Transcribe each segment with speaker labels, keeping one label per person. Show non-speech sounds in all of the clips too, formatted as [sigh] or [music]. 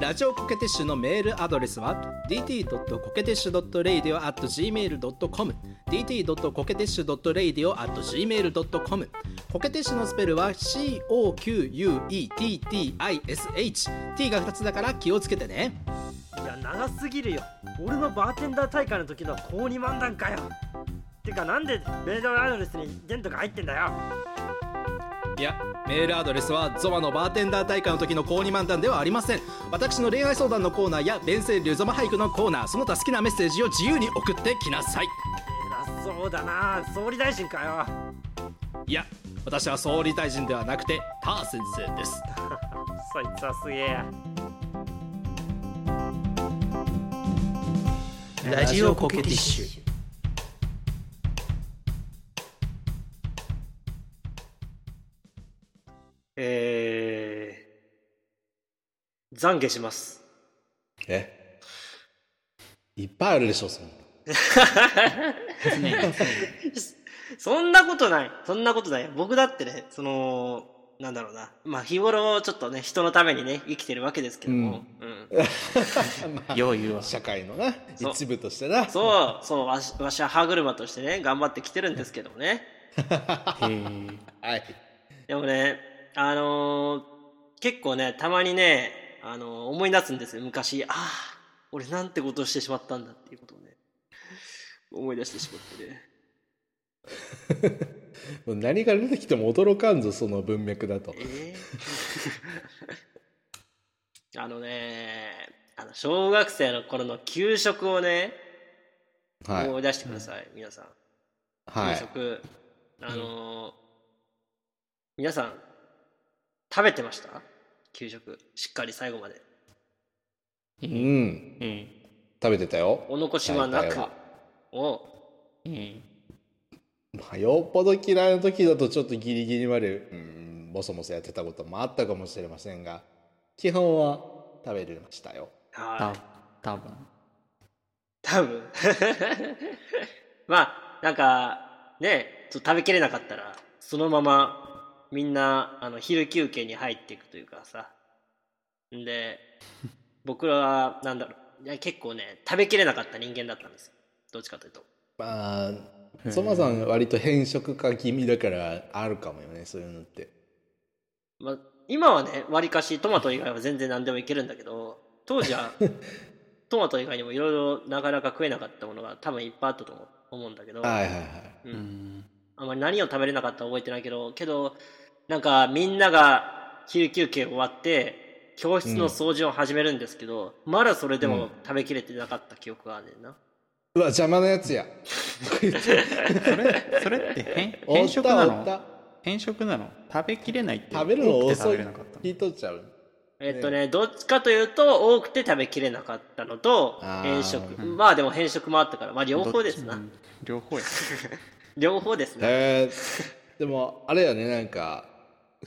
Speaker 1: ラジオコケティッシュのメールアドレスは dt.coketesh.radio.gmail.com dt.coketesh.radio.gmail.com コケティッシュのスペルは COQUETTISH T が2つだから気をつけてね
Speaker 2: いや長すぎるよ俺のバーテンダー大会の時の高2漫談かよてかなんでメールアドレスに弦とか入ってんだよ
Speaker 1: いやメールアドレスはゾマのバーテンダー大会の時の高二漫談ではありません私の恋愛相談のコーナーや弁声流ゾマ俳句のコーナーその他好きなメッセージを自由に送ってきなさい
Speaker 2: 偉そうだな総理大臣かよ
Speaker 1: いや私は総理大臣ではなくてター先生です
Speaker 2: そいつはすげえ
Speaker 3: ラジオコケティッシュ
Speaker 2: えー、懺悔します
Speaker 4: えいっぱいあるでしょ、そんな。
Speaker 2: そんなことない。そんなことない。僕だってね、その、なんだろうな。まあ日頃ちょっとね、人のためにね、生きてるわけですけども。うん
Speaker 3: よう言うわ
Speaker 4: 社会のな、
Speaker 2: そう
Speaker 4: 一部として [laughs] な。
Speaker 2: そう、そう、わしわしは歯車としてね、頑張ってきてるんですけどもね。
Speaker 4: はい。
Speaker 2: でもね、あのー結構ね、たまにね、あのー思い出すんですよ。昔、ああ、俺なんてことをしてしまったんだっていうことをね、思い出してしまってね。
Speaker 4: もう何が出てきても驚かんぞ、その文脈だと。
Speaker 2: えー [laughs] あのね、あの小学生の頃の給食をね、
Speaker 4: はい。
Speaker 2: 思い出してください、皆さん。
Speaker 4: はい。
Speaker 2: 給食、あのー皆さん、食べてました給食、しっかり最後まで。
Speaker 4: うん。
Speaker 3: うん
Speaker 4: 食べてたよ。
Speaker 2: お残しはな
Speaker 4: 大
Speaker 2: く
Speaker 4: 体は。
Speaker 2: お
Speaker 3: うん
Speaker 4: まあ、よっぽど嫌いな時だとちょっとギリギリまで、うん、ボソボソやってたこともあったかもしれませんが、基本は食べれましたよ。
Speaker 2: は
Speaker 3: た
Speaker 2: い。
Speaker 3: 多分
Speaker 2: 多分まあ、なんか、ね、ちょっと食べきれなかったら、そのまま、みんな、あの、昼休憩に入っていくというかさ。んで、僕らは、なんだろう、いや結構ね、食べきれなかった人間だったんですよ。どっちかというと。
Speaker 4: まあ、ソマさん割と変色化気味だからあるかもよね、そういうのって。
Speaker 2: まあ、今はね、わりかしトマト以外は全然何でもいけるんだけど、当時は、トマト以外にもいろいろなかなか食えなかったものが多分いっぱいあったと思う思うんだけど、
Speaker 4: はいはいはい。
Speaker 2: うん
Speaker 3: うん
Speaker 2: あまり何を食べれなかったか覚えてないけど、けど、なんかみんなが昼休憩終わって、教室の掃除を始めるんですけど、まだそれでも食べきれてなかった記憶があるねんな。
Speaker 4: うわ、邪魔なやつや。
Speaker 3: それそれって変
Speaker 4: [laughs] おった
Speaker 3: 変色な
Speaker 4: おった
Speaker 3: の変色なの食べきれないって
Speaker 4: 食べるの
Speaker 3: 多くて食
Speaker 4: 遅
Speaker 3: べ
Speaker 4: い
Speaker 3: れなかった。の
Speaker 4: 聞いとっちゃう。
Speaker 2: えっとね、どっちかというと、多くて食べきれなかったのと、
Speaker 4: あー
Speaker 2: 変色。まあでも変色もあったから、まあ両方です
Speaker 3: ど
Speaker 2: な
Speaker 3: っち。うん
Speaker 4: [laughs]
Speaker 3: 両方や
Speaker 2: 両方ですね。
Speaker 4: えー、でも、あれやね、なんか、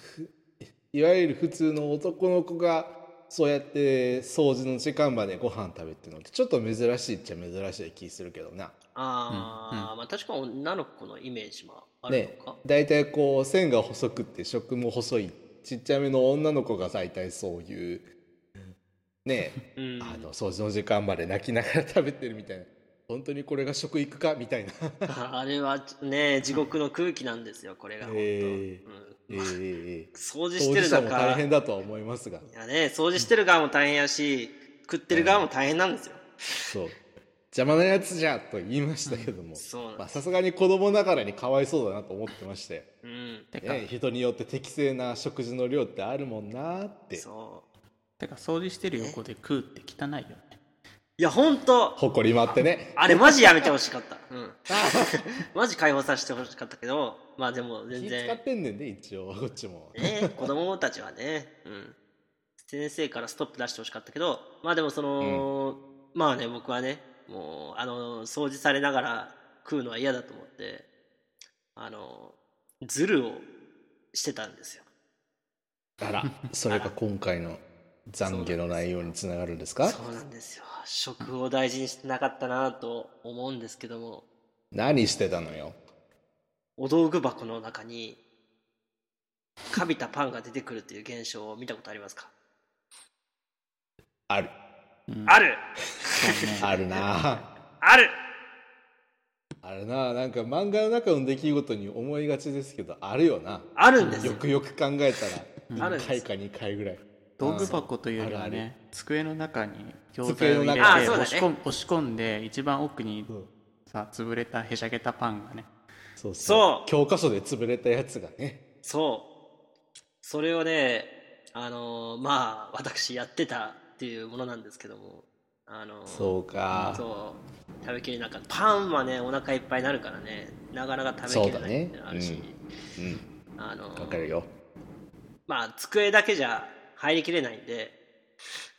Speaker 4: ふいわゆる普通の男の子が、そうやって掃除の時間までご飯食べっていうのって、ちょっと珍しいっちゃ珍しい気するけどな。
Speaker 2: ああ、まあ確か女の子のイメージもある
Speaker 4: ね
Speaker 2: のか。、
Speaker 4: 大体こう、線が細くって食も細い、ちっちゃめの女の子が大体そういう、ね、
Speaker 2: うん。
Speaker 4: あの掃除の時間まで泣きながら食べてるみたいな本当にこれが食育かみたいな
Speaker 2: あれはね、地獄の空気なんですよ、これが。
Speaker 4: え
Speaker 2: うん
Speaker 4: ええええ
Speaker 2: 掃除し
Speaker 4: 当
Speaker 2: て
Speaker 4: 事
Speaker 2: る
Speaker 4: 者も
Speaker 2: 中
Speaker 4: 大変だとは思いますが
Speaker 2: いやね、掃除してる側も大変やし、食ってる側も大変なんですよ。
Speaker 4: そう邪魔なやつじゃと言いましたけども
Speaker 2: そうなん
Speaker 4: まあ
Speaker 2: です。
Speaker 4: さすがに子供ながらにかわいそうだなと思ってました
Speaker 2: [laughs]
Speaker 4: よ、
Speaker 2: うん。
Speaker 3: てか
Speaker 4: ね、人によって適正な食事の量ってあるもんなーって
Speaker 2: そう。
Speaker 3: てか掃除してる横で食うって汚いよね
Speaker 2: いや、ほんと、
Speaker 4: 誇りまって
Speaker 2: [laughs]
Speaker 4: ね
Speaker 2: あれマジやめてほしかった。うん。マジ解放させてほしかったけど、まあでも
Speaker 4: 気
Speaker 2: 全
Speaker 4: 使
Speaker 2: 然
Speaker 4: っ、てんねんね一応こっちも
Speaker 2: ね、子供たちはね、うん。先生からストップ出してほしかったけど、まあでもその、まあね、僕はね、もう、あの、掃除されながら食うのは嫌だと思って、あの、ズルをしてたんですよ。
Speaker 4: あらそれが今回の懺悔の内容につながるんですか
Speaker 2: そうなんですよ食を大事にしてなかったなと思うんですけども
Speaker 4: 何してたのよ
Speaker 2: お道具箱の中にカビたパンが出てくるっていう現象を見たことありますか
Speaker 4: ある
Speaker 2: ある
Speaker 3: そうね
Speaker 4: あるな
Speaker 2: ある
Speaker 4: あるななんか漫画の中の出来事に思いがちですけどあるよな
Speaker 2: あるんです
Speaker 4: よ
Speaker 2: よ。
Speaker 4: くよく考えたら
Speaker 2: あるん
Speaker 4: 1
Speaker 2: で
Speaker 4: 回
Speaker 2: す
Speaker 4: か2回ぐらい
Speaker 3: 道具箱というより
Speaker 4: あ
Speaker 3: は
Speaker 4: るある
Speaker 3: ね机の中に餃
Speaker 4: 机
Speaker 3: 子
Speaker 4: の
Speaker 3: を入れて
Speaker 4: 中
Speaker 2: あそうだね
Speaker 3: 押し込む押し込んで一番奥に
Speaker 4: そう
Speaker 3: さ潰れたへしゃげたパンがね
Speaker 4: そうそう
Speaker 2: そう
Speaker 4: 教科書で潰れたやつがね
Speaker 2: そう。それをね、あのーまあ、私やってたっていうものなんですけども、あのー
Speaker 4: そうか
Speaker 2: そう食べきれなかった。パンはね、お腹いっぱいになるからね、なかなか食べきれないっていうのある
Speaker 4: そう
Speaker 2: し
Speaker 4: だ、うん
Speaker 2: あのー
Speaker 4: わかるよ
Speaker 2: まあ、机だけじゃ入りきれないんで、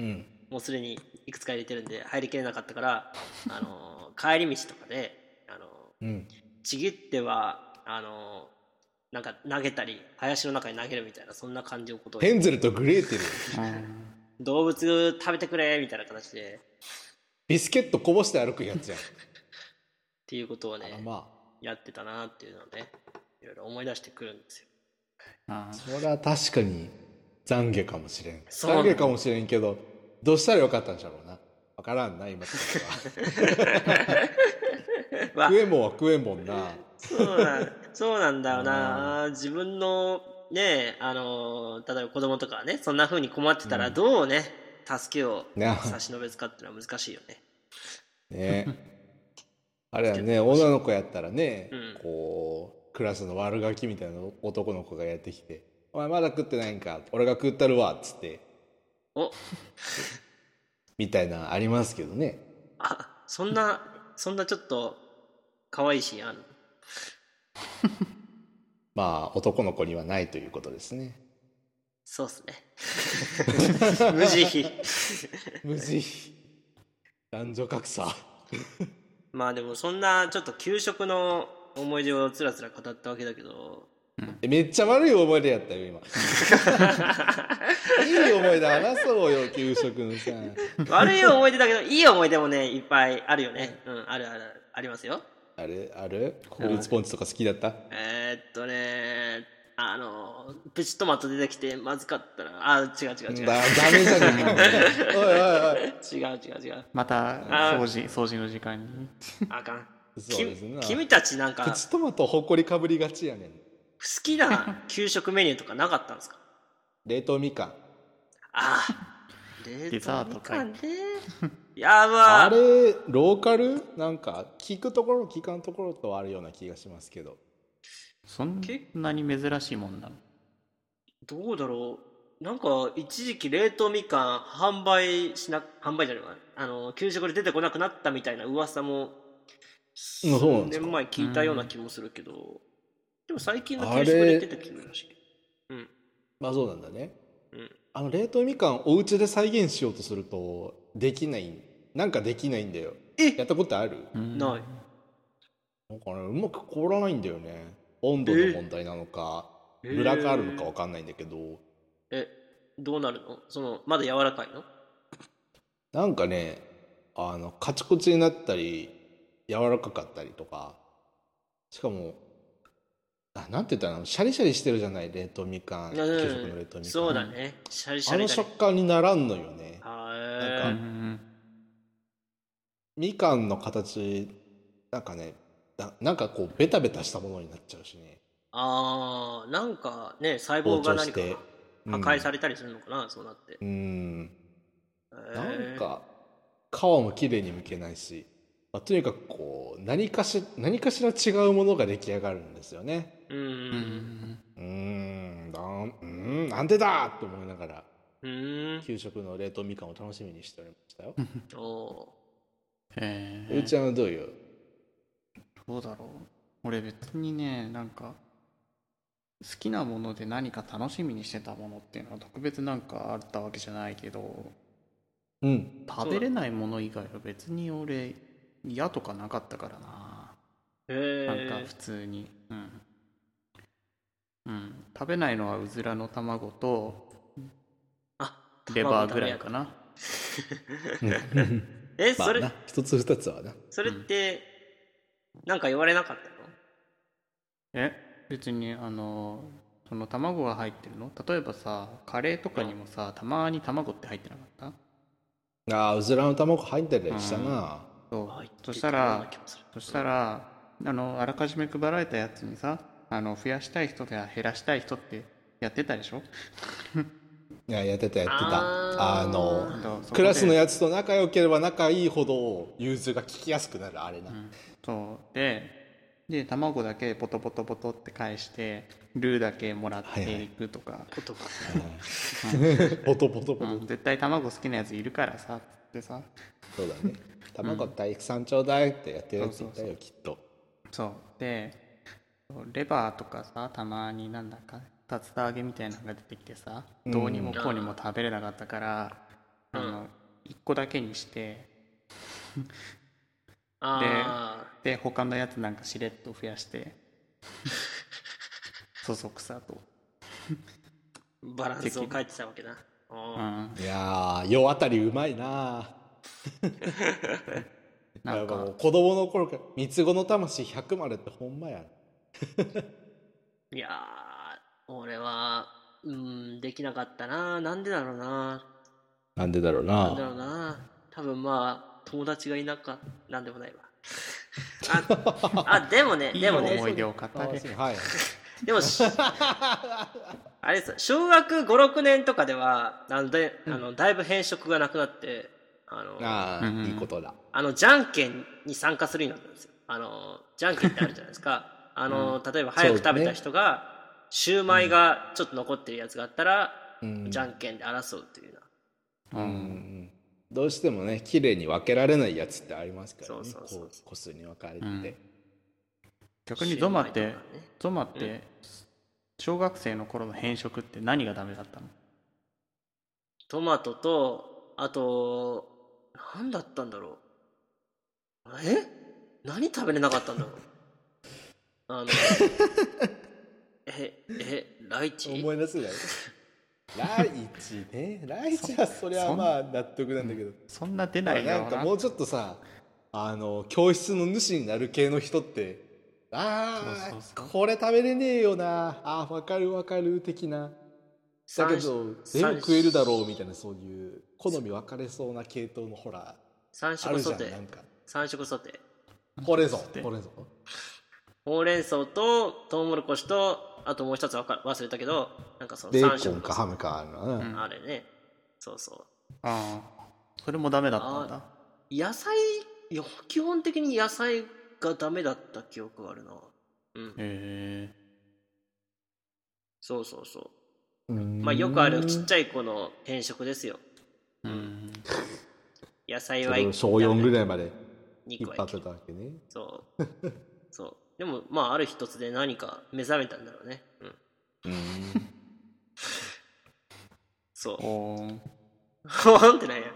Speaker 4: うん
Speaker 2: もうすでにいくつか入れてるんで、入りきれなかったから、あのー [laughs] 帰り道とかで、あの
Speaker 4: う
Speaker 2: ー
Speaker 4: ん
Speaker 2: ちぎっては、あのーなんか投げたり、林の中に投げるみたいな、そんな感じのことを
Speaker 4: ヘンゼルとグレーテル
Speaker 3: うん
Speaker 2: 動物食べてくれみたいな形で、っ
Speaker 4: ビスケットこぼして歩くやつやん
Speaker 2: ていうことを
Speaker 4: あら
Speaker 2: ね、
Speaker 4: ま
Speaker 2: やってたなっていうのをね、いろいろ思い出してくるんですよ。
Speaker 3: あ
Speaker 4: あそれは確かに懺悔かもしれん
Speaker 2: そうな
Speaker 4: 懺
Speaker 2: んだ
Speaker 4: 悔かもしれんけどどうしたらよかったんじゃろうなわからんな今となって
Speaker 2: ま
Speaker 4: は
Speaker 2: [laughs] あ
Speaker 4: 食えんもんは食えんもんな
Speaker 2: そうなんそうなんだよな。自分のね、あのー例えば子供とかはね、そんな風に困ってたら、どうね、助けを
Speaker 4: な
Speaker 2: 差し伸べつかってのは難しいよ
Speaker 4: [laughs]
Speaker 2: ね。
Speaker 4: ねあれは
Speaker 2: [laughs]
Speaker 4: ね女の子やったらね、
Speaker 2: うん
Speaker 4: こうクラスの悪ガキみたいな男の子がやってきて「お前まだ食ってないんか俺が食ったるわ」っつって
Speaker 2: お
Speaker 4: みたいなのありますけどね
Speaker 2: あ、そんな、そんなちょっと、可愛いシーンあるの
Speaker 4: まあ男の子にはないということです
Speaker 2: [laughs]
Speaker 4: ね
Speaker 2: そうっす
Speaker 4: [laughs]
Speaker 2: ね。無慈悲。
Speaker 4: 無慈悲男女格差
Speaker 2: まあでもそんなちょっと給食の思い出をつらつら語ったわけだけど、
Speaker 4: えめっちゃ悪い思い出やったよ
Speaker 2: [laughs]
Speaker 4: 今いい思い出話そうよ給食のさ
Speaker 2: 悪い思い出だけど、いい思い出もね、いっぱいあるよね。うん、あるある、ありますよ。
Speaker 4: あれあれフルーツポンチとか好きだった
Speaker 2: えー、っとね、あの、プチトマト出てきてまずかったら、あ、違う違う
Speaker 4: だ
Speaker 2: 違う。
Speaker 4: ダメじゃねえ
Speaker 2: [laughs]
Speaker 4: かおいおいおい
Speaker 2: 違う違う違う。
Speaker 3: また
Speaker 2: あ
Speaker 3: 掃除掃除の時間に
Speaker 2: あかん。
Speaker 4: そうですね
Speaker 2: き君たちなんか、
Speaker 4: プ
Speaker 2: 好
Speaker 4: チトマトほこりかぶりがちやねん
Speaker 2: きな給食メニューとかなかったんですか
Speaker 4: 冷凍みかん
Speaker 2: ああ。デ
Speaker 3: デザートかい
Speaker 2: ね。やば
Speaker 4: あれローカルなんか聞くところ聞かんところとはあるような気がしますけど
Speaker 3: そんなに珍しいもんなの
Speaker 2: どうだろうなんか一時期冷凍みかん販売しな販売じゃないわあの給食で出てこなくなったみたいな噂も数
Speaker 4: うんそうなんですか
Speaker 2: 年前聞いたような気もするけど、でも最近の
Speaker 4: あれ
Speaker 2: 給食で出てきてるらしいうん
Speaker 4: まあそうなんだね、
Speaker 2: うん
Speaker 4: あの冷凍みかんお家で再現しようとするとできないなんかできないんだよ
Speaker 2: え
Speaker 4: やったことある
Speaker 3: うん
Speaker 2: ない
Speaker 4: なんかねうまく凍らないんだよね温度の問題なのか
Speaker 2: え
Speaker 4: ムラがあるのかわかんないんだけど
Speaker 2: えどうなるのそのまだ柔らかいの
Speaker 4: なんかねあのカチコチになったり柔らかかったりとかしかもあなんて言ったらいいのシャリシャリしてるじゃない冷凍みかん給食の冷凍みかん
Speaker 2: そうだねシャリシ
Speaker 4: あ
Speaker 2: ャ
Speaker 4: の
Speaker 2: リだね
Speaker 4: 食感にならんのよね
Speaker 2: は
Speaker 3: う
Speaker 2: い
Speaker 4: なん
Speaker 3: うん
Speaker 4: みかんの形なんかねななんかこうベタベタしたものになっちゃうしね
Speaker 2: あーなんかね細
Speaker 4: 包
Speaker 2: 胞が
Speaker 4: 丁し
Speaker 2: 何か
Speaker 4: て
Speaker 2: 破壊されたりするのかな、そうなって
Speaker 4: うん、うんなん
Speaker 2: えー
Speaker 4: か皮も綺麗に剥けないし、まあ、とにかくこう何かし何かしら違うものが出来上がるんですよね
Speaker 2: うんう
Speaker 3: うんん
Speaker 4: うーんなんうーんなんでだと思いながら
Speaker 2: うんうん
Speaker 4: 給食の冷凍みかんを楽しみにしておりましたよ。
Speaker 2: お
Speaker 3: え
Speaker 4: うーちゃんはどういう
Speaker 3: どうだろう俺別にねなんか好きなもので何か楽しみにしてたものっていうのは特別なんかあったわけじゃないけど
Speaker 4: うん
Speaker 3: 食べれないもの以外は別に俺嫌とかなかったからな、
Speaker 2: へえ
Speaker 3: なんか普通にうん、うん、食べないのはうずらの卵と
Speaker 2: あ
Speaker 3: レバーぐらいかな
Speaker 2: え
Speaker 4: ま
Speaker 2: そ
Speaker 4: あ
Speaker 2: れ、
Speaker 4: な一つ二つはな
Speaker 2: それって、なんか言われなかったの
Speaker 3: え別にあのその卵が入ってるの例えばさカレーとかにもさたまに卵って入ってなかった
Speaker 4: ああうずらの卵入ってたりしたな、
Speaker 3: そう
Speaker 2: あ言って
Speaker 3: そした
Speaker 2: ような
Speaker 3: ら
Speaker 2: 気もする
Speaker 3: そしたらあのあらかじめ配られたやつにさあの増やしたい人や減らしたい人ってやってたでしょ
Speaker 4: いややってたやってたあ
Speaker 2: あー
Speaker 4: の
Speaker 3: そうそこ
Speaker 4: ク
Speaker 3: で
Speaker 4: ラスのやつと仲良ければ仲いいほど融通が聞きやすくなるあれな、
Speaker 3: そうでで卵だけポトポトポトって返してルーだけもらっていくとか、
Speaker 2: ことが
Speaker 4: [laughs] ポトポトポト、
Speaker 3: うん絶対卵好きなやついるからさってさ
Speaker 4: そうだね卵たくさんちょうだいってやってるやついたよ、きっと
Speaker 3: そうでレバーとかさたまになんだか竜田揚げみたいなのが出てきてさ
Speaker 4: ん
Speaker 3: どうにもこうにも食べれなかったから、あの1個だけにして
Speaker 2: あ
Speaker 3: で他のやつなんかしれっと増やして
Speaker 4: [laughs]
Speaker 3: そそくさと、
Speaker 2: ーバランスを変えてたわけな
Speaker 3: う
Speaker 2: あ
Speaker 3: ん、
Speaker 4: いやー世あたりうまいな
Speaker 3: な
Speaker 4: なんんかも
Speaker 3: か
Speaker 4: う子供の頃から三つ子の魂100までってほんまや
Speaker 2: ーいやー俺はうんできなかったななんでだろうな
Speaker 4: なんでだろう
Speaker 2: なんだろ
Speaker 4: な
Speaker 2: うな多分まあ友達がいなかったなんでも
Speaker 3: [laughs]
Speaker 2: ないわああでもね
Speaker 3: いい
Speaker 2: でもね
Speaker 3: 思い出を語
Speaker 4: あ
Speaker 3: れ
Speaker 4: そうはい
Speaker 2: でもしあれです小学56年とかではなんであのだいぶ変色がなくなってあの
Speaker 4: ああ、
Speaker 3: うん
Speaker 4: いいことだ
Speaker 2: あの、じゃんけんに参加するようになったんですよ。あの、じゃんけんってあるじゃないですか。あの、例えば早く食べた人が、シューマイがちょっと残ってるやつがあったら、
Speaker 4: うん
Speaker 2: じゃんけんで争うというような。
Speaker 3: う
Speaker 4: うんんどうしてもね綺麗に分けられないやつってありますからね
Speaker 2: そうそうそう
Speaker 4: こう個数に分かれてて、
Speaker 3: うん逆にゾマっ
Speaker 2: シュー
Speaker 3: て
Speaker 2: マイとかね
Speaker 3: ゾマって小学生の頃の変色って何がダメだったの
Speaker 2: トマトと、あと、何だったんだろう。え何食べれなかったんだ
Speaker 4: [laughs]
Speaker 2: ろう。あの、え、え、ライチ
Speaker 4: 思い出せないライチねライチはそりゃまあ納得なんだけど
Speaker 3: そんな出ない
Speaker 4: な
Speaker 3: よ
Speaker 4: んかもうちょっとさあの教室の主になる系の人ってあ
Speaker 3: そう
Speaker 4: あ
Speaker 3: そうそう
Speaker 4: これ食べれねえよなあーわかるわかる的なだけど全部食えるだろうみたいなそういう好み分かれそうな系統のほら
Speaker 2: 三
Speaker 4: あ
Speaker 2: 色
Speaker 4: るじ
Speaker 2: ソ
Speaker 4: ゃん
Speaker 2: テー
Speaker 4: なん。か
Speaker 2: 三色ソテー。
Speaker 4: ほうれん草
Speaker 3: ソテー
Speaker 4: ほうれん草
Speaker 2: ほうれん草とトウモロコシとあともう一つわか忘れたけどなんかその
Speaker 4: ベ
Speaker 2: 三
Speaker 4: ーコ
Speaker 2: 色
Speaker 4: ン
Speaker 2: の
Speaker 4: かハムかあるな、
Speaker 3: ん
Speaker 2: あれねそうそ
Speaker 3: ああそれもダメだったんだ
Speaker 2: う野菜いや基本的に野菜がダメだった記憶があるなうん
Speaker 3: へ
Speaker 2: そうそうそううんまあよくあるちっちゃい子の変色ですよ
Speaker 3: えうん
Speaker 2: 野菜
Speaker 4: そ
Speaker 2: は
Speaker 4: れを小四ぐ
Speaker 2: い
Speaker 4: らいまで
Speaker 2: 2
Speaker 4: 引
Speaker 2: 個
Speaker 4: っ
Speaker 2: は
Speaker 4: 張って
Speaker 2: いける
Speaker 4: たわけね
Speaker 2: そうそうでもまあある日突然何か目覚めたんだろうねうんそう
Speaker 3: おー
Speaker 2: ほーんってなんや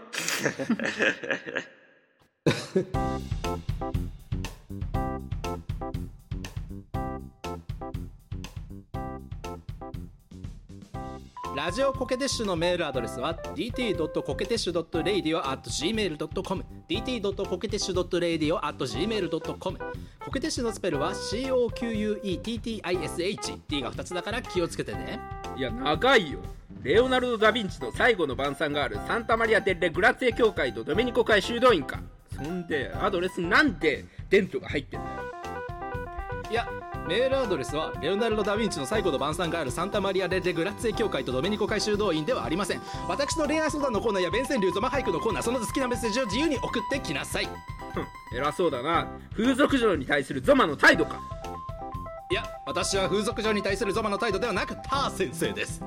Speaker 1: ラジオコケティッシュのメールアドレスは dt.coketesh.radio.gmail.com dt.coketesh.radio.gmail.com コケティッシュのスペルは COQUETTISH D が2つだから気をつけてね
Speaker 5: いや長いよレオナルド・ダ・ヴィンチの最後の晩餐があるサンタマリア・デ・レグラツェ教会とドミニコ会修道院かそんでアドレスなんでデントが入ってんだよ
Speaker 1: いやメールアドレスはレオナルド・ダ・ヴィンチの最後の晩餐があるサンタマリア・レ・デ・グラッツェ教会とドメニコ会修道院ではありません私の恋愛相談のコーナーや弁川流とマハイクのコーナーその他好きなメッセージを自由に送ってきなさいい
Speaker 5: ふん偉そうだな風俗嬢に対するゾマの態度か
Speaker 1: や私は風俗嬢に対するゾマの態度ではなくター先生です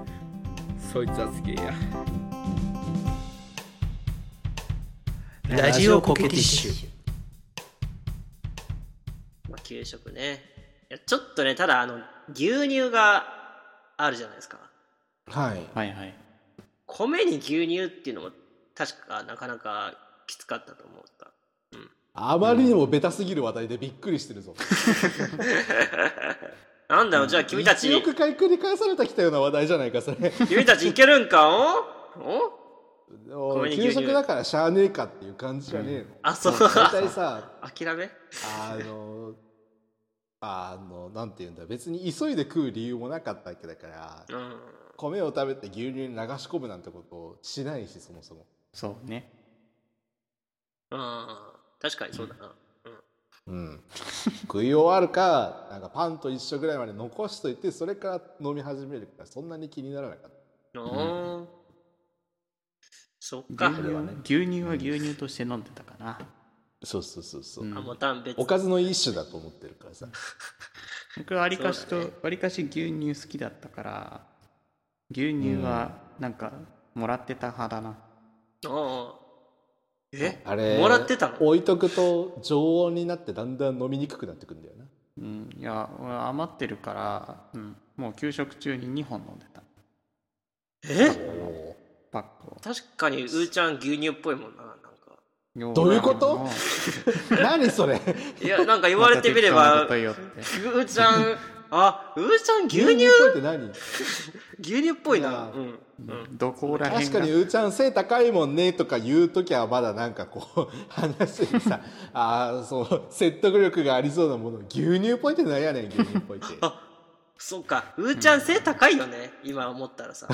Speaker 5: そいつはすげえや
Speaker 6: ラジオコケティッシュ。
Speaker 2: まあ、給食ねいやちょっとねただあの牛乳があるじゃないですか
Speaker 4: はい
Speaker 3: はいはい
Speaker 2: 米に牛乳っていうのも確かなかなかきつかったと思った
Speaker 4: あまりにもベタすぎる話題でびっくりしてるぞ
Speaker 2: なんだろうじゃあ君たち
Speaker 4: 1億回繰り返されたきたような話題じゃないかそれ
Speaker 2: 君たちいけるんかおお
Speaker 4: お
Speaker 2: めん
Speaker 4: 給食だからしゃあねえかっていう感じじゃねえの、
Speaker 2: あそう
Speaker 4: [laughs] 大体さ
Speaker 2: 諦め
Speaker 4: あのあのなんていうんだ別に急いで食う理由もなかったわけだから
Speaker 2: うん
Speaker 4: 米を食べて牛乳に流し込むなんてことをしないしそもそも
Speaker 3: そうね
Speaker 2: あー確かにそうだな。
Speaker 4: うん、食い終わるかなんかパンと一緒ぐらいまで残しといてそれから飲み始めるからそんなに気にならなかっ
Speaker 2: うん。あーそっか
Speaker 3: 牛。乳はね牛乳は牛乳として飲んでたかな、
Speaker 4: たそうそうそうそう、
Speaker 3: うん
Speaker 2: あ、もう単別。
Speaker 4: おかずの一種だと思ってるからさ
Speaker 3: 僕はわりかしと、
Speaker 2: そうだね
Speaker 3: わりかし牛乳好きだったから牛乳はなんかもらってた派だな、
Speaker 2: ああ。え
Speaker 4: あれ
Speaker 2: もらってたの
Speaker 4: 置いとくと常温になってだんだん飲みにくくなってくんだよな
Speaker 3: うん、いや俺余ってるから、うん、もう給食中に2本飲んでた
Speaker 2: え
Speaker 3: パックを
Speaker 2: 確かに、うーちゃん牛乳っぽいもんな、なんか。
Speaker 4: どういうこと
Speaker 3: よ
Speaker 4: [laughs] 何それ
Speaker 2: いや、なんか言
Speaker 3: う
Speaker 2: われてみれば、
Speaker 3: ま
Speaker 2: う
Speaker 3: た適当なこと言いよって
Speaker 2: ーちゃん、あ、うーちゃん牛
Speaker 4: 牛乳っ
Speaker 2: 乳
Speaker 4: ぽいって何
Speaker 2: 牛乳っぽい
Speaker 4: いや
Speaker 2: な。
Speaker 4: ー
Speaker 2: うん。うん。
Speaker 3: どこら辺
Speaker 4: 確
Speaker 3: が
Speaker 4: かにうーちゃん背高いもんねとか言う時はまだなんかこう [laughs] 話にさあーそう説得力がありそうなもの牛乳っぽいってなんやねん牛乳っぽいって
Speaker 2: [laughs] そっか、うーちゃん背高いよね、今思ったらさ。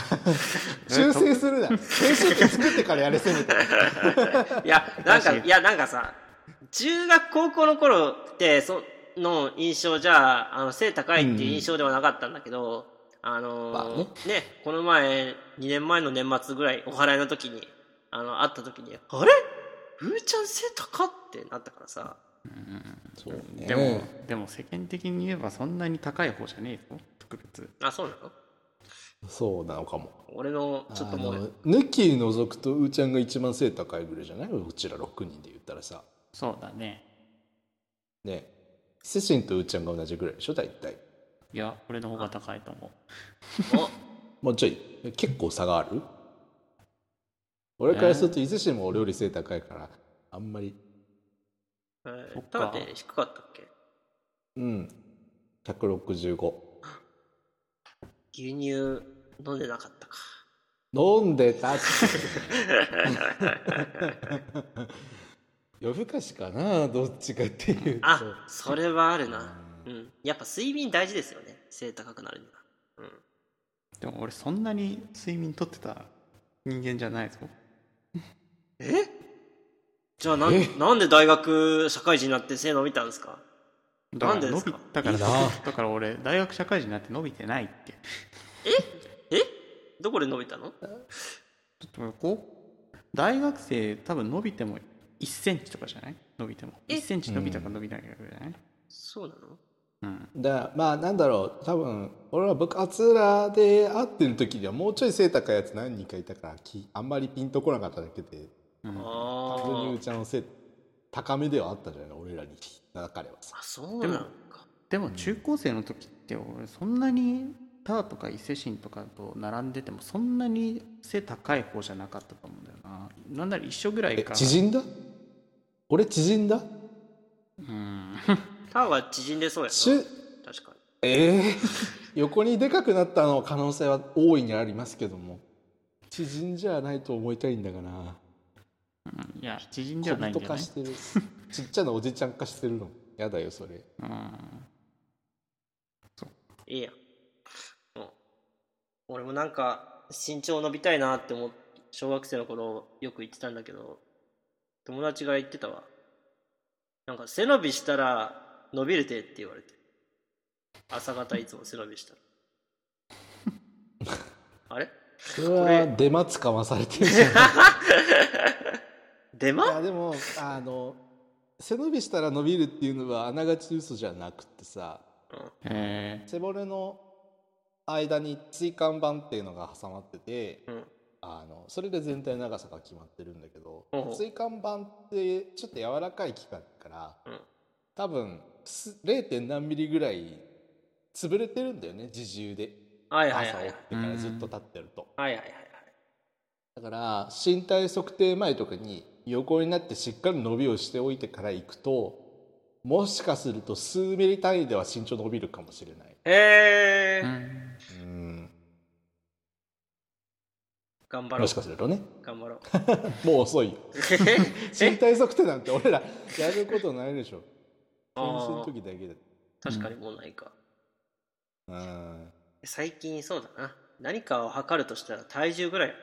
Speaker 4: 修正するな編集機作ってからやれせ
Speaker 2: [laughs]
Speaker 4: めて
Speaker 2: いや、なんか、
Speaker 3: 確かに
Speaker 2: いや、なんかさ、中学、高校の頃って、その印象じゃ、あの、背高いっていう印象ではなかったんだけど、あのー
Speaker 4: まあね
Speaker 2: ね、この前、2年前の年末ぐらい、お祓いの時に、あの、会った時に、あれふーちゃん背高ってなったからさ、
Speaker 4: そうね
Speaker 3: でもでも世間的に言えばそんなに高い方じゃねえぞ特別
Speaker 2: あ、そうなの
Speaker 4: そうなのかも
Speaker 2: 俺の、ちょっとも
Speaker 4: あの
Speaker 2: う、
Speaker 4: 抜き除くとうーちゃんが一番背高いぐらいじゃないうちら6人で言ったらさ
Speaker 3: そうだね
Speaker 4: ねセシンとうーちゃんが同じぐらいでしょ大体
Speaker 3: いや俺の方が高いと思う
Speaker 2: お、
Speaker 4: もうちょい結構差がある俺からすると伊勢神も俺より背高いからあんまり
Speaker 2: え
Speaker 3: そ
Speaker 2: ー
Speaker 3: っ、か
Speaker 2: タマって低かったっけ
Speaker 4: うん165
Speaker 2: 牛乳飲んでなかったか。
Speaker 4: 飲んでたって夜更かしかなどっちかっていうと
Speaker 2: あ、それはあるな。うん。やっぱ睡眠大事ですよね。背高くなるには。
Speaker 3: でも俺そんなに睡眠とってた人間じゃないぞ
Speaker 2: えじゃあなん、なんで大学社会人になって背伸びたんですか
Speaker 3: だか
Speaker 2: なんで
Speaker 3: ら
Speaker 2: で
Speaker 3: 伸
Speaker 2: す
Speaker 3: び
Speaker 2: か
Speaker 3: だから
Speaker 4: いいな
Speaker 3: だから俺大学社会人になって伸びてないって
Speaker 2: えどこで伸びたの
Speaker 3: ちょっと待ってこう大学生多分伸びても1センチとかじゃない伸びても
Speaker 2: え
Speaker 3: 1センチ伸びたか伸びないかぐらいじゃない
Speaker 2: そうなの
Speaker 3: うん
Speaker 4: だまあなんだろう多分俺は部活らで会ってる時にはもうちょい背高いやつ何人かいたからきあんまりピンとこなかっただけで
Speaker 3: うん
Speaker 2: あ
Speaker 4: 完全にう
Speaker 2: ー
Speaker 4: ちゃんの背高めではあったんじゃないの俺らに中ではさ
Speaker 2: あ。そうなのか。
Speaker 3: でも中高生の時って俺そんなにターとか伊勢神とかと並んでてもそんなに背高い方じゃなかったと思うんだよななんなら一緒ぐらい
Speaker 4: え
Speaker 3: か
Speaker 4: 縮んだ俺縮んだ
Speaker 3: うん
Speaker 2: タワーは縮んでそうや
Speaker 4: しゅ
Speaker 2: な。確かに。
Speaker 4: ええ [laughs] 横にでかくなったの可能性は大いにありますけども縮んじゃないと思いたいんだがな
Speaker 3: うんいや縮んではないん
Speaker 4: 小
Speaker 3: じ
Speaker 4: 人
Speaker 3: ゃな
Speaker 4: 化
Speaker 3: い
Speaker 4: してる
Speaker 3: [laughs]
Speaker 4: ちっちゃなおじちゃん化してるのやだよそれ
Speaker 3: うん
Speaker 2: いいや。うん。俺もなんか、身長伸びたいなって思って、小学生の頃よく言ってたんだけど、友達が言ってたわ。なんか、背伸びしたら伸びるてって言われて。朝方いつも背伸びしたら。あれ
Speaker 4: それは出待つかまされてる
Speaker 3: [laughs]
Speaker 4: じゃん
Speaker 2: デ
Speaker 4: い
Speaker 2: マ
Speaker 4: やでもあの背伸びしたら伸びるっていうのはあながち嘘じゃなくってさ
Speaker 3: え
Speaker 4: 背骨の間に椎間板っていうのが挟まってて
Speaker 2: うん。
Speaker 4: あのそれで全体の長さが決まってるんだけど
Speaker 2: ほうほう
Speaker 4: 椎間板ってちょっと柔らかい器官だから、
Speaker 2: うん
Speaker 4: 多分す 0. 何ミリぐらい潰れてるんだよね自重で
Speaker 2: はいはい
Speaker 4: 朝
Speaker 2: はい
Speaker 4: 起。きてからずっと立ってると。
Speaker 2: はいはいはいはい。
Speaker 4: だから身体測定前とかに横になってしっかり伸びをしておいてから行くともしかすると数ミリ単位では身長伸びるかもしれない
Speaker 2: へ
Speaker 3: え
Speaker 2: ー。
Speaker 4: うん
Speaker 2: 頑張ろ
Speaker 4: も
Speaker 2: う
Speaker 4: し。かするとね [laughs]
Speaker 2: 頑張ろう。
Speaker 4: もう遅いよ
Speaker 2: え
Speaker 4: 身体測定なんて俺らやることないでしょ
Speaker 2: あ
Speaker 4: 検診の時
Speaker 2: ー
Speaker 4: だけで
Speaker 2: 確かにもうないか。
Speaker 4: うん
Speaker 2: 最近そうだな。何かを測るとしたら体重ぐらい。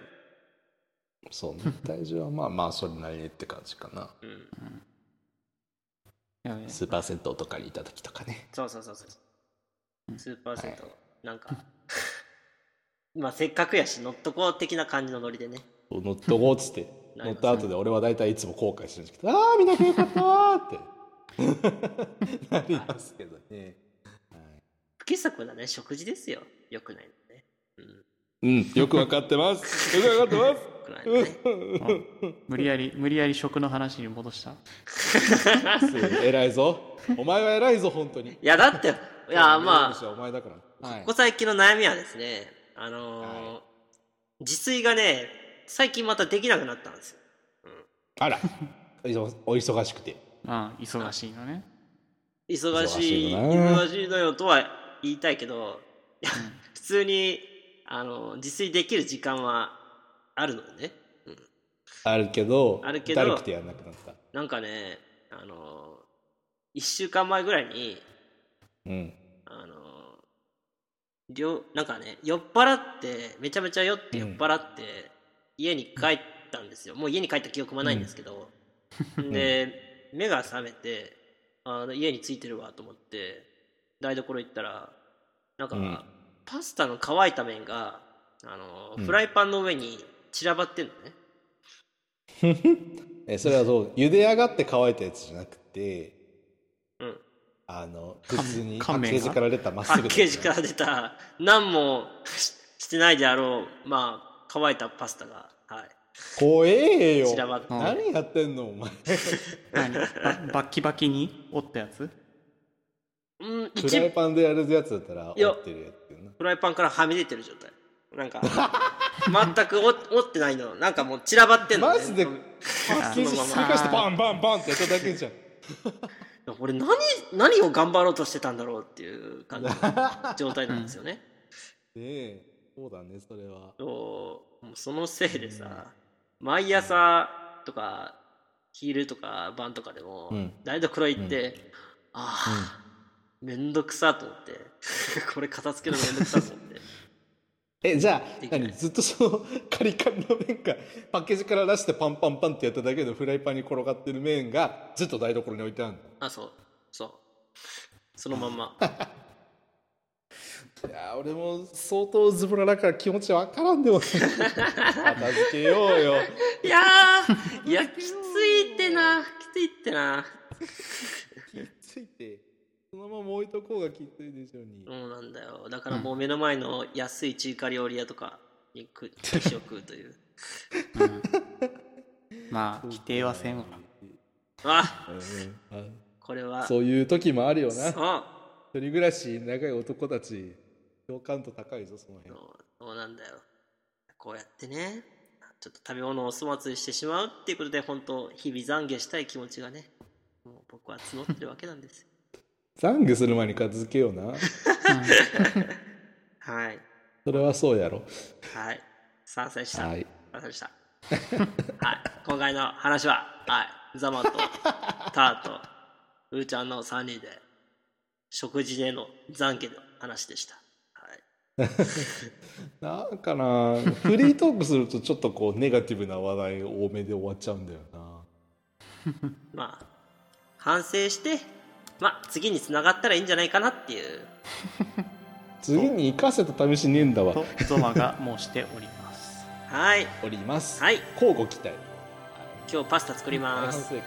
Speaker 4: [laughs] そうね体重はまあまあそれなりにって感じかな
Speaker 2: うん。
Speaker 3: やべえ
Speaker 4: スーパー銭湯とかにいた時とかね
Speaker 2: そうそうそうそう。スーパー銭湯、なんか、 [laughs] まあせっかくやし、乗っとこう的な感じのノリでね。
Speaker 4: 乗っとこうっつ [laughs] って
Speaker 2: な
Speaker 4: 乗
Speaker 2: りますね
Speaker 4: った後で俺は大体いつも後悔してるんです [laughs] けど「ああ見なきゃよかったー」 [laughs] ってなりますけどね
Speaker 2: 不規則なね、食事ですよ。よくないのね。
Speaker 4: うんよくわかって [laughs] ますよくわかってます
Speaker 2: よくないのね。
Speaker 3: 無理やり無理やり食の話に戻した
Speaker 4: 偉いぞお前は偉いぞ本当にい
Speaker 2: いや、だって、いや、まあ、
Speaker 4: お前だから、はい
Speaker 2: ここ最近の悩みはですね、あのー
Speaker 4: は
Speaker 2: 自炊がね、最近またできなくなったんですよ。
Speaker 4: あらお忙お忙しくて
Speaker 3: まあ忙しいのね
Speaker 2: 忙し
Speaker 4: 忙しい
Speaker 2: い、
Speaker 4: よな
Speaker 2: 忙しいのよとは言いたいけど、いや [laughs] 普通に、あの、自炊できる時間はあるのよね。
Speaker 4: あるけど
Speaker 2: あるけど
Speaker 4: だるくてやんなくなった
Speaker 2: なんかね、あの、一週間前ぐらいに、
Speaker 4: うん
Speaker 2: あの、りょなんかね、酔っ払って、めちゃめちゃ酔って酔っ払って、家に帰ったんですよ。もう家に帰った記憶もないんですけど。で、目が覚めて、あの家に着いてるわと思って、台所行ったら、なんか、
Speaker 4: うん
Speaker 2: パスタの乾いた麺が、あの、
Speaker 4: うん
Speaker 2: フライパンの上に散らばってんの
Speaker 4: [laughs]
Speaker 2: ね。
Speaker 4: えそれはそう茹で上がって乾いたやつじゃなくて
Speaker 2: うん。
Speaker 4: あの普通にパ
Speaker 3: 乾
Speaker 4: ッ
Speaker 3: 麺
Speaker 4: ケージから出たまっ
Speaker 2: パ
Speaker 4: すぐ
Speaker 2: ッケージから出た、何も [laughs] ししてないであろう、まあ、乾いたパスタが、はい。
Speaker 4: 怖えよ
Speaker 2: 散らばって
Speaker 4: 何やってんのお前
Speaker 3: 何ババッキバキに折ったやつ
Speaker 2: うん、
Speaker 4: フライ
Speaker 2: 一
Speaker 4: パンでやるやつだったら
Speaker 2: いや
Speaker 4: 折ってるやつやな
Speaker 2: フライパンからはみ出てる状態。なんか、全くお折ってないの。なんかもう散らばってんの、ね。
Speaker 4: マジでパッケージひっくり返してバンバンバンってやっただけじゃん
Speaker 2: 俺何、何を頑張ろうとしてたんだろうっていう感じの状態なんですよね。
Speaker 4: ねえそうだねそれは
Speaker 2: そうもうそのせいでさ、毎朝とか、昼とか晩とかでも、
Speaker 4: うん
Speaker 2: 台所行って、ああ、めんどくさと思って、 [laughs] これ片付けるのめんどくさと思って。
Speaker 4: えじゃあ
Speaker 2: できない
Speaker 4: 何ずっとそのカリカリの麺がパッケージから出してパンパンパンってやっただけのフライパンに転がってる麺がずっと台所に置いてある
Speaker 2: あ、そう、そう。そのまんま。
Speaker 4: のいやー俺も相当ズボラだから気持ちわからんでも
Speaker 3: [laughs]
Speaker 4: ない片付けようよ
Speaker 2: いやー、 [laughs] いや、きついってな、きついってな。
Speaker 4: ついてそのまま置いとこうがきついでしょうに
Speaker 2: そうなんだよ。だからもう目の前の安い中華料理屋とかに [laughs] 食食食うという。
Speaker 3: まあ否定はせんわ
Speaker 2: あ、
Speaker 4: うんうん
Speaker 2: これは、
Speaker 4: そういう時もあるよな一
Speaker 2: そう
Speaker 4: 人暮らし長い男たち共感度高いぞその辺
Speaker 2: そうそうなんだよこうやってねちょっと食べ物をお粗末にしてしまうっていうことで本当日々懺悔したい気持ちがねもう僕は募ってるわけなんですよ
Speaker 4: 懺悔する前に片付けような
Speaker 2: はい
Speaker 4: それはそうやろ
Speaker 2: はい賛成した、
Speaker 4: はい
Speaker 2: 賛成した [laughs] はい今回の話ははいザマとターとうーちゃんの3人で食事での懺悔の話でしたはい
Speaker 4: なんかなフリートークするとちょっとこうネガティブな話題多めで終わっちゃうんだよな
Speaker 2: まあ反省してまあ次につながったらいいんじゃないかなっていう
Speaker 4: 次に生かせた試しねえんだわ
Speaker 3: とゾマが申しております
Speaker 2: はい
Speaker 4: おります
Speaker 2: はい
Speaker 4: 交互期待
Speaker 2: 今日パスタ作
Speaker 4: [laughs]
Speaker 2: り
Speaker 4: 大
Speaker 2: ま
Speaker 4: 反省
Speaker 2: す。
Speaker 4: 会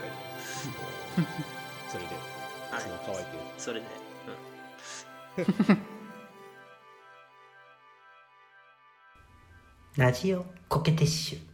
Speaker 4: それで
Speaker 2: はい
Speaker 4: その乾いてる
Speaker 2: それで、
Speaker 6: ラジオコケティッシュ